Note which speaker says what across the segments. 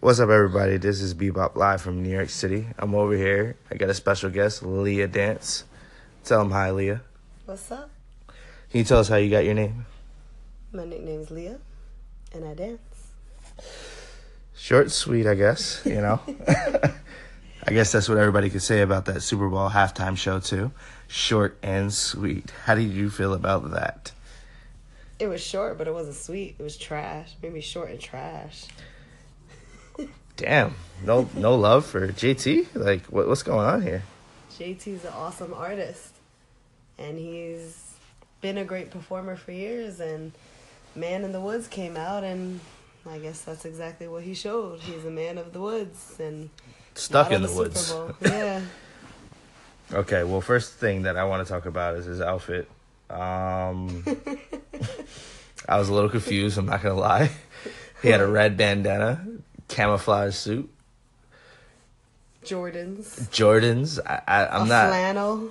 Speaker 1: What's up, everybody? This is Bebop Live from New York City. I'm over here. I got a special guest, Leah Dance. Tell him hi, Leah.
Speaker 2: What's up?
Speaker 1: Can you tell us how you got your name?
Speaker 2: My nickname is Leah, and I dance.
Speaker 1: Short, sweet, I guess. You know, I guess that's what everybody could say about that Super Bowl halftime show too. Short and sweet. How did you feel about that?
Speaker 2: It was short, but it wasn't sweet. It was trash. Made me short and trash.
Speaker 1: Damn, no, no love for JT. Like, what, what's going on here?
Speaker 2: JT's an awesome artist, and he's been a great performer for years. And Man in the Woods came out, and I guess that's exactly what he showed. He's a man of the woods, and
Speaker 1: Stuck
Speaker 2: not
Speaker 1: in
Speaker 2: on
Speaker 1: the,
Speaker 2: Super
Speaker 1: woods.
Speaker 2: Bowl. Yeah,
Speaker 1: Okay, well, first thing that I want to talk about is his outfit. Um, I was a little confused, I'm not going to lie. He had a red bandana, camouflage suit,
Speaker 2: Jordans,
Speaker 1: Jordans. I, I,
Speaker 2: a
Speaker 1: I'm not,
Speaker 2: flannel.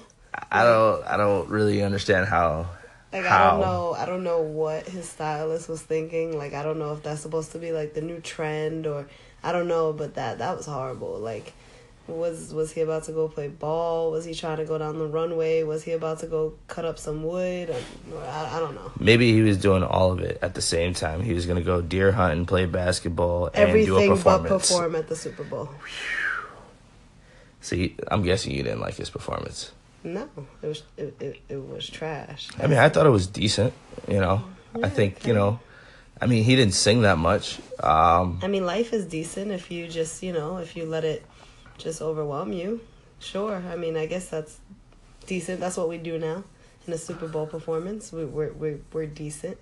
Speaker 1: I don't, I don't really understand how.
Speaker 2: Like I
Speaker 1: how.
Speaker 2: don't know, I don't know what his stylist was thinking. Like I don't know if that's supposed to be like the new trend or I don't know, but that that was horrible. Like was was he about to go play ball? Was he trying to go down the runway? Was he about to go cut up some wood? Or, I, I don't know.
Speaker 1: Maybe he was doing all of it at the same time. He was going to go deer hunt and play basketball and do a
Speaker 2: Everything but
Speaker 1: performance.
Speaker 2: perform at the Super Bowl.
Speaker 1: See, I'm guessing you didn't like his performance.
Speaker 2: No, it was it, it, it was trash.
Speaker 1: I mean, I thought it was decent, you know. I think, you know, I mean, he didn't sing that much. Um,
Speaker 2: I mean, life is decent if you just, you know, if you let it just overwhelm you. Sure. I mean, I guess that's decent. That's what we do now in a Super Bowl performance. We, we're, we're, we're decent.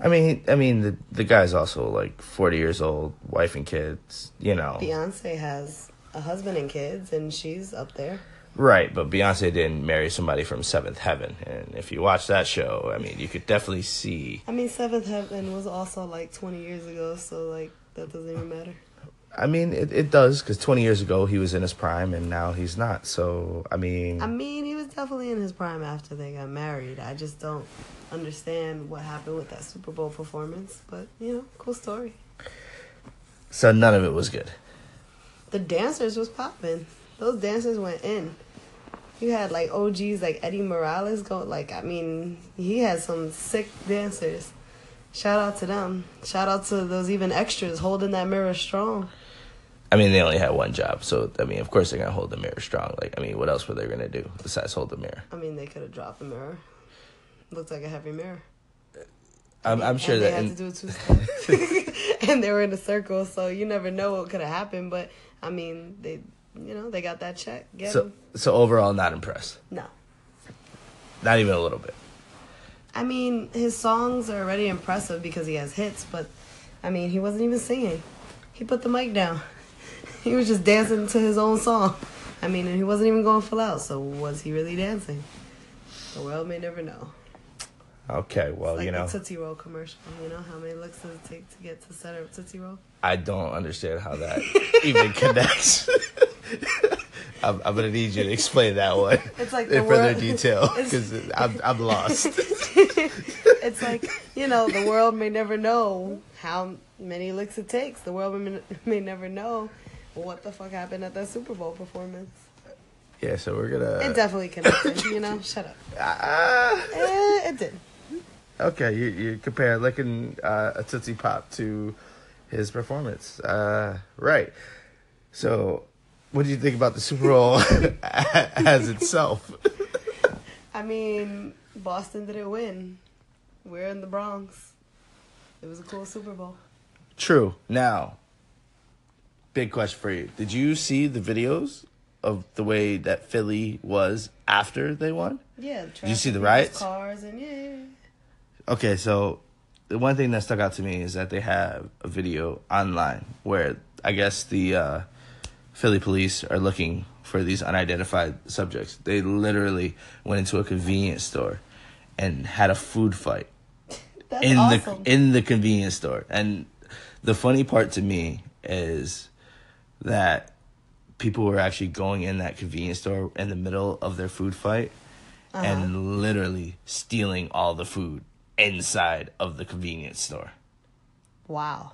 Speaker 1: I mean, I mean, the the guy's also like forty years old, wife and kids. You know,
Speaker 2: Beyonce has a husband and kids, and she's up there.
Speaker 1: right? But Beyonce didn't marry somebody from Seventh Heaven, and if you watch that show, I mean, you could definitely see.
Speaker 2: I mean, Seventh Heaven was also like 20 years ago, so like that doesn't even matter.
Speaker 1: I mean, it it does because twenty years ago he was in his prime, and now he's not. So I mean,
Speaker 2: I mean, he was definitely in his prime after they got married. I just don't understand what happened with that Super Bowl performance, but you know, cool story.
Speaker 1: so none of it was good.
Speaker 2: the dancers was popping. Those dancers went in. You had like OGs like Eddie Morales go like I mean he had some sick dancers. Shout out to them. Shout out to those even extras holding that mirror strong.
Speaker 1: I mean, they only had one job, so I mean, of course they're gonna hold the mirror strong. Like, I mean, what else were they gonna do besides hold the mirror?
Speaker 2: I mean they could have dropped the mirror. Looked like a heavy mirror.
Speaker 1: I'm, I'm sure
Speaker 2: and
Speaker 1: that.
Speaker 2: they
Speaker 1: in-
Speaker 2: had to do a two step. and they were in a circle, so you never know what could have happened. But I mean they you know they got that check. Get
Speaker 1: so
Speaker 2: 'em.
Speaker 1: so overall, not impressed.
Speaker 2: No.
Speaker 1: Not even a little bit.
Speaker 2: I mean, his songs are already impressive because he has hits, but I mean, he wasn't even singing. He put the mic down. He was just dancing to his own song. I mean, and he wasn't even going full out, so was he really dancing? The world may never know.
Speaker 1: Okay, well,
Speaker 2: Like
Speaker 1: Oh, you know.
Speaker 2: the Tootsie Roll commercial, you know how many licks does it take to get to center of Tootsie Roll?
Speaker 1: I don't understand how that even connects. I'm, I'm gonna need you to explain that one
Speaker 2: It's like the
Speaker 1: in further
Speaker 2: world-
Speaker 1: detail
Speaker 2: it's-
Speaker 1: because I'm I'm lost.
Speaker 2: It's like, you know, the world may never know how many licks it takes. The world may, may never know what the fuck happened at that Super Bowl performance.
Speaker 1: yeah, so we're
Speaker 2: It
Speaker 1: gonna.
Speaker 2: definitely connected, you know? Shut up.
Speaker 1: Ah,
Speaker 2: Eh, it did.
Speaker 1: okay, you you compare licking uh, a tootsie pop to his performance, uh, right? So, what do you think about the Super Bowl as itself?
Speaker 2: I mean, Boston didn't win. We're in the Bronx. It was a cool Super Bowl.
Speaker 1: True. Now, big question for you. Did you see the videos of the way that Philly was after they won?
Speaker 2: Yeah.
Speaker 1: Did you see the
Speaker 2: traffic, people's
Speaker 1: riots?
Speaker 2: Cars and yeah.
Speaker 1: Okay, so the one thing that stuck out to me is that they have a video online where I guess the uh, Philly police are looking for these unidentified subjects. They literally went into a convenience store and had a food fight.
Speaker 2: That's
Speaker 1: in
Speaker 2: awesome.
Speaker 1: the in the convenience store. And the funny part to me is that people were actually going in that convenience store in the middle of their food fight
Speaker 2: Uh-huh.
Speaker 1: and literally stealing all the food inside of the convenience store.
Speaker 2: Wow.